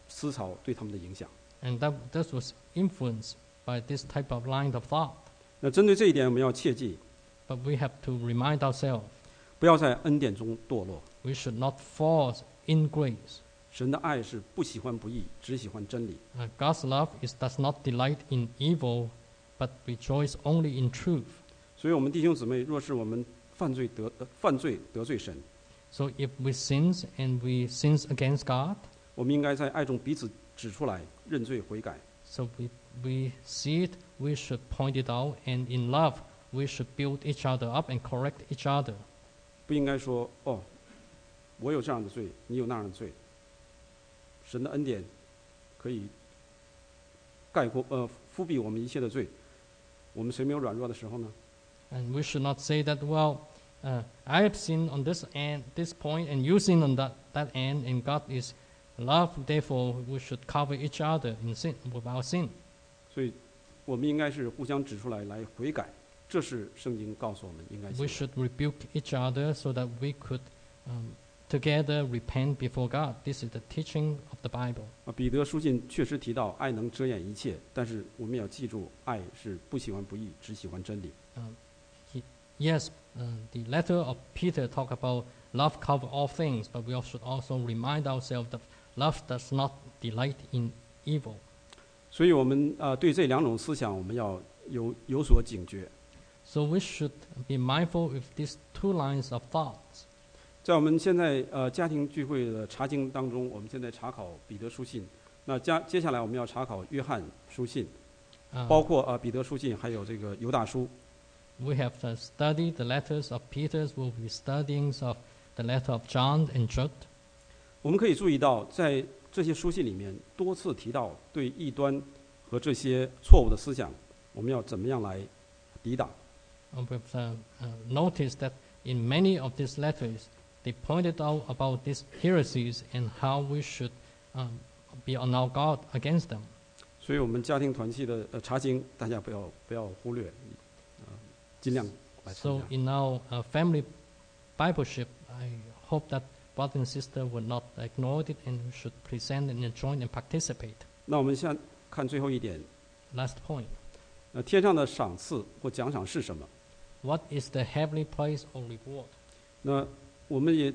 S1: 思潮对他们的影响。
S2: And that this was influenced by this type of line of thought.
S1: 那针对这一点，我们要切记，
S2: But we have to remind ourselves
S1: 不要在恩典中堕落。
S2: we should not fall in grace.
S1: 神的爱是不喜欢不义，只喜欢真理。
S2: Uh, God's love is, does not delight in evil, but rejoice only in truth.
S1: 所以，我们弟兄姊妹，若是我们犯罪得、呃犯罪得罪神，
S2: So if we sin and we sin against God,
S1: 我们应该在爱中彼此指出来，认罪悔改。
S2: so we, we see it, we should point it out, and in love, we should build each other up and correct each other.
S1: 不应该说哦，我有这样的罪，你有那样的罪。神的恩典可以概括呃覆庇我们一切的罪。我们谁没有软弱的时候呢？
S2: And we should not say that, well, uh, I have sinned on this end, this point, and you sin on that, that end, and God is love, therefore we should cover each other in sin, with our sin.
S1: 所以，我们应该是互相指出来来悔改，这是圣经告诉我们应该做
S2: we
S1: 的。
S2: should rebuke each other so that we could um, together repent before God. This is the teaching of the Bible.
S1: 啊，彼得书信确实提到爱能遮掩一切，但是我们也要记住，爱是不喜欢不义，只喜欢真理。
S2: Um, he, yes, uh, the letter of Peter talk about love cover all things, but we al- should also remind ourselves that love does not delight in evil.
S1: 所以，我们啊、呃对这两种思想，我们要有有所警觉。
S2: So we should be mindful of these two lines of thoughts.
S1: 在我们现在呃家庭聚会的查经当中，我们现在查考彼得书信，那加接下来我们要查考约翰书信，
S2: Uh,
S1: 包括啊、呃彼得书信，还有这个犹大书。
S2: we have uh, studied the letters of Peter. We'll be studying of the letter of John and Jude.
S1: 我们可以注意到，在这些书信里面多次提到对异端和这些错误的思想，我们要怎么样来抵挡。
S2: Uh, we've uh, uh, noticed that in many of these letters, they pointed out about these heresies and how we should um, be on our guard against them.
S1: 所以我们家庭团契的呃查经，大家不要不要忽略，呃，尽量来参
S2: So
S1: 加。
S2: in our uh, family Bibleship, I hope that brother and sister will not ignore it and we should present and join and participate.
S1: 那我们现在看最后一点，
S2: Last point.
S1: 呃，天上的赏赐或奖赏是什么？
S2: What is the heavenly price or reward?
S1: 那我们也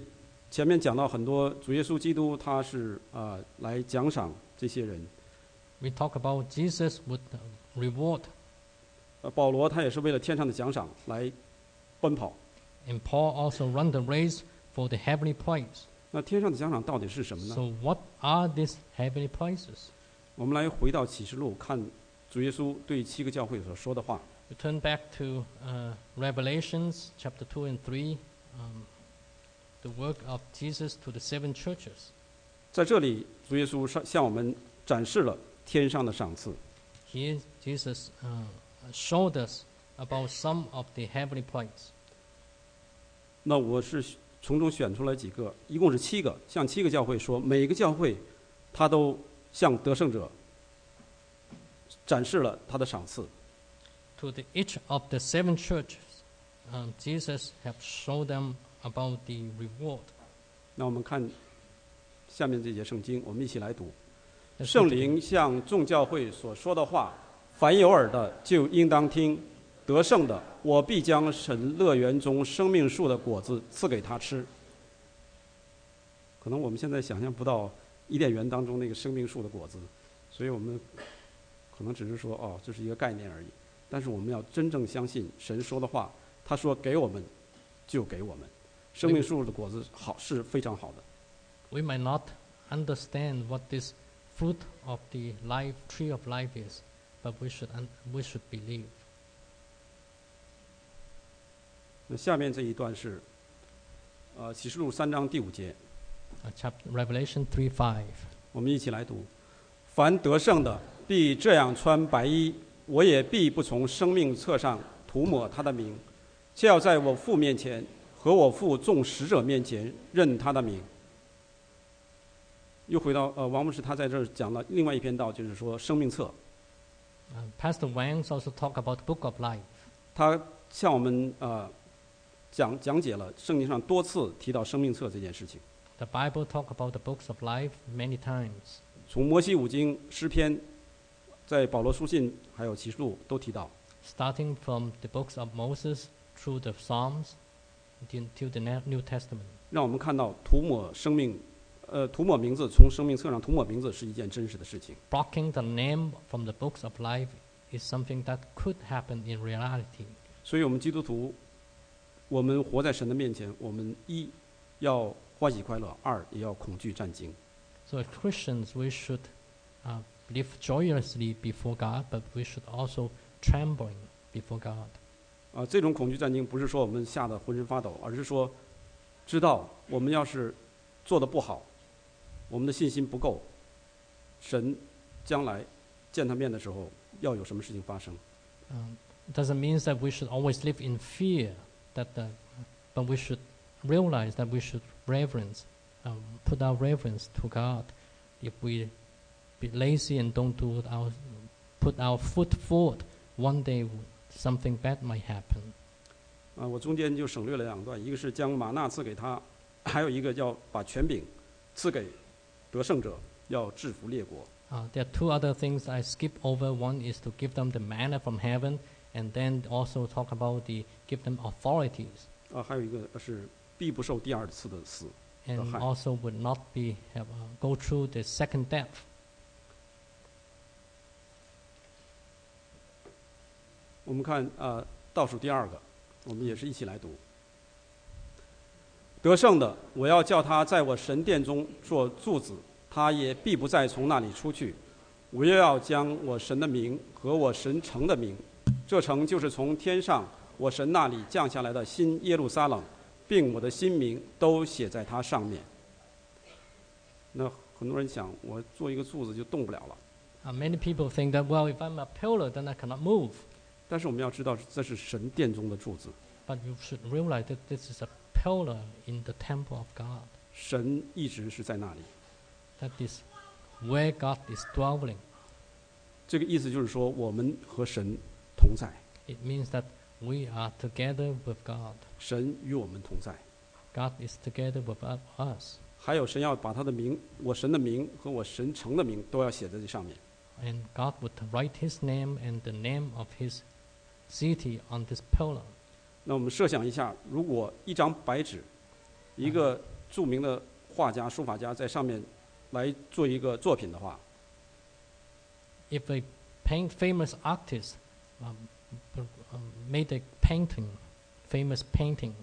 S1: 前面讲到很多，主耶稣基督他是啊、呃来奖赏这些人，
S2: We talk about Jesus would uh, reward,
S1: 呃，保罗他也是为了天上的奖赏来奔跑。
S2: and Paul also run the race for the heavenly prize.
S1: 那天上的奖赏到底是什么呢？
S2: So what are these heavenly prizes?
S1: 我们来回到启示录看主耶稣对七个教会所说的话。
S2: We turn back to uh, Revelations chapter 2 and 3, um, the work of Jesus to the seven churches.
S1: 在这里，主耶稣上向我们展示了天上的赏赐。
S2: Here Jesus uh, showed us about some of the heavenly prize.
S1: 那我是从中选出来几个，一共是七个，向七个教会说，每个教会他都向得胜者展示了他的赏赐。
S2: To the, each of the seven churches, um, Jesus have showed them about the reward.
S1: 那我们看下面这节圣经，我们一起来读。
S2: Let's go
S1: 圣
S2: to the-
S1: 灵向众教会所说的话，凡有耳的就应当听。得胜的，我必将神乐园中生命树的果子赐给他吃。可能我们现在想象不到伊甸园当中那个生命树的果子，所以我们可能只是说哦，这是一个概念而已。但是我们要真正相信神说的话，他说给我们就给我们。生命树的果子好是非常好的。
S2: we may not understand what this fruit of the life tree of life is, but we should un- we should believe.
S1: 那下面这一段是，呃，启示录三章第五节，
S2: Uh, chapter Revelation three five.
S1: 我们一起来读：凡得胜的，必这样穿白衣；我也必不从生命册上涂抹他的名，却要在我父面前和我父众使者面前认他的名。又回到呃，王牧师他在这儿讲了另外一篇道，就是说生命册，
S2: Uh, Pastor Wangs also talk about the book of life.
S1: 他向我们呃讲讲解了圣经上多次提到生命册这件事情，
S2: The Bible talk about the books of life many times.
S1: 从摩西五经、诗篇，在保罗书信还有启示录都提到。
S2: starting from the books of Moses through the Psalms until the Ne- New Testament.
S1: 让我们看到涂抹生命，呃，涂抹名字从生命册上涂抹名字是一件真实的事情。
S2: Blocking the name from the books of life is something that could happen in reality.
S1: 所以，我们基督徒，我们活在神的面前，我们一要欢喜快乐，二也要恐惧战惊。
S2: So, as Christians, we should uh, live joyously before God, but we should also trembling before God.
S1: 啊、这种恐惧战惊不是说我们吓得浑身发抖，而是说，知道我们要是做的不好，我们的信心不够，神将来见他面的时候要有什么事情发生。
S2: Um, it doesn't mean that we should always live in fear, that the, but we should realize that we should reverence, um, put our reverence to God. If we be lazy and don't do our, put our foot forward, one day something bad might happen.
S1: 啊，我中间就省略了两段，一个是将玛纳赐给他，还有一个要把权柄赐给得胜者，要制服列国。
S2: Uh, there are two other things I skip over. One is to give them the manna from heaven, and then also talk about the give them authorities,
S1: 啊，还有一个是必不受第二次的死。
S2: and
S1: Right.
S2: also would not be have, uh, go through the second death.
S1: 我们看呃倒数第二个，我们也是一起来读。得胜的，我要叫他在我神殿中做柱子，他也必不再从那里出去。我又要将我神的名和我神城的名，这城就是从天上我神那里降下来的新耶路撒冷，并我的新名都写在它上面。那很多人想，我做一个柱子就动不了了。
S2: Uh, many people think that well, if I'm a pillar, then I cannot move.
S1: 但是我们要知道，这是神殿中的柱子。
S2: But you should realize that this is a pillar in the temple of God.
S1: 神一直是在那里。
S2: That is where God is dwelling.
S1: 这个意思就是说，我们和神同在，
S2: It means that we are together with God.
S1: 神与我们同在。
S2: God is together with u- us.
S1: 还有神要把他的名，我神的名和我神城的名都要写在这上面。
S2: And God would write his name and the name of his city on this pillar.
S1: 那我们设想一下，如果一张白纸，一个著名的画家、书法家在上面来做一个作品的话，
S2: If a paint, famous artist um, b- um, made a painting, famous painting,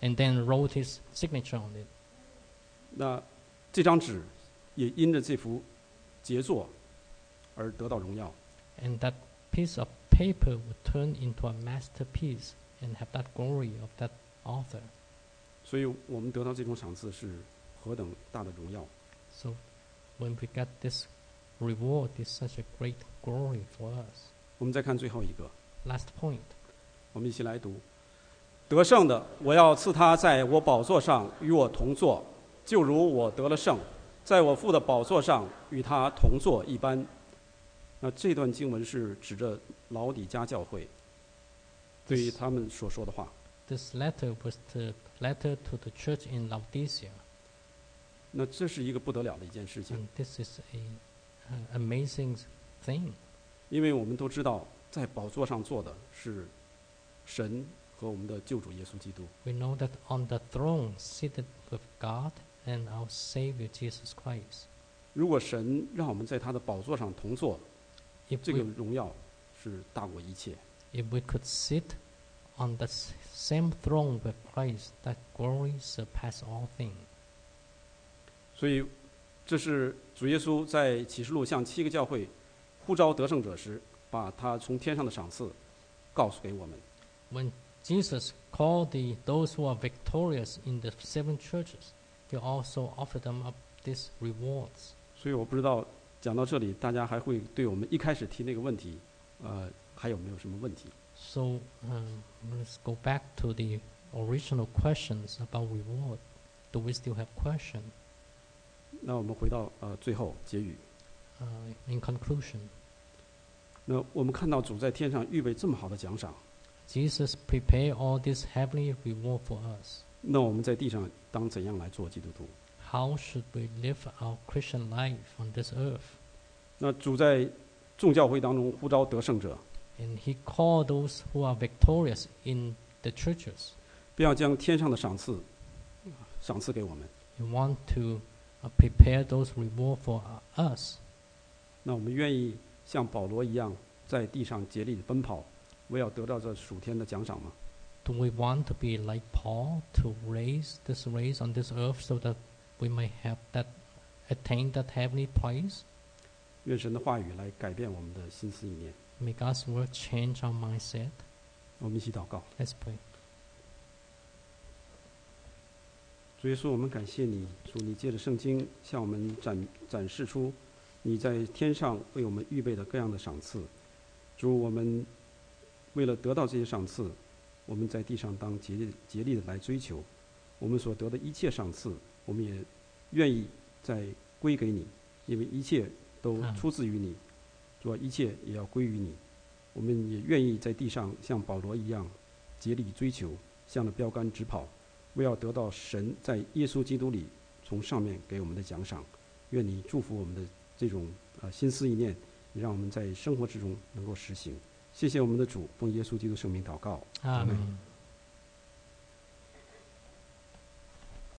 S2: and then wrote his signature on it,
S1: 那这张纸也因着这幅杰作而得到荣耀。
S2: and that piece of paper would turn into a masterpiece and have that glory of that author.
S1: 所以我们得到这种赏赐是何等大的荣耀！
S2: So when we get this reward, it's such a great glory for us.
S1: 我们再看最后一个，
S2: Last point.
S1: 我们一起来读：得胜的，我要赐他在我宝座上与我同坐，就如我得了胜，在我父的宝座上与他同坐一般。那这段经文是指着老底家教会对于他们所说的话。
S2: This letter was the letter to the church in Laodicea,
S1: 那这是一个不得了的一件事情，
S2: and this is a uh, amazing thing
S1: 因为我们都知道，在宝座上坐的是神和我们的救主耶稣基督。
S2: We know that on the throne seated with God and our Savior Jesus Christ.
S1: 如果神让我们在他的宝座上同坐，
S2: If
S1: 这个
S2: we,
S1: 荣耀是大过一切。
S2: if we could sit on the s- same throne with Christ, that glory surpass all things.
S1: 所以，这是主耶稣在启示录向七个教会呼召得胜者时，把他从天上的赏赐告诉给我们。
S2: When Jesus called the, those who are victorious in the seven churches, he also offered them up these rewards.
S1: 所以，我不知道讲到这里，大家还会对我们一开始提那个问题，呃，还有没有什么问题？
S2: So um, let's go back to the original questions about reward. Do we still have question?
S1: 那我们回到呃最后结语。
S2: Uh, in conclusion,
S1: 那我们看到主在天上预备这么好的奖赏，
S2: Jesus prepared all this heavenly reward for us.
S1: 那我们在地上当怎样来做基督徒？
S2: How should we live our Christian life on this earth?
S1: 那主在众教会当中呼召得胜者，
S2: And he called those who are victorious in the churches.
S1: 不要将天上的赏赐啊赏赐给我们。
S2: You want to uh, prepare those reward for uh, us.
S1: 那我们愿意像保罗一样，在地上竭力地奔跑，为要得到这属天的奖赏吗？
S2: Do we want to be like Paul to raise this race on this earth so that we may have that attain that heavenly prize?
S1: 愿神的话语来改变我们的心思意念。
S2: May God's word change our mindset.
S1: 我们一起祷告，
S2: Let's pray.
S1: 主耶稣，我们感谢你，主你借着圣经向我们展展示出你在天上为我们预备的各样的赏赐。主，我们为了得到这些赏赐，我们在地上当竭力竭力的来追求，我们所得的一切赏赐，我们也愿意再归给你，因为一切都
S2: 嗯
S1: 出自于你，主啊，一切也要归于你。我们也愿意在地上像保罗一样竭力追求，向着标杆直跑，为要得到神在耶稣基督里从上面给我们的奖赏。愿你祝福我们的这种呃心思意念，也让我们在生活之中能够实行。谢谢我们的主，奉耶稣基督圣名祷告。
S2: Amen.
S1: Amen.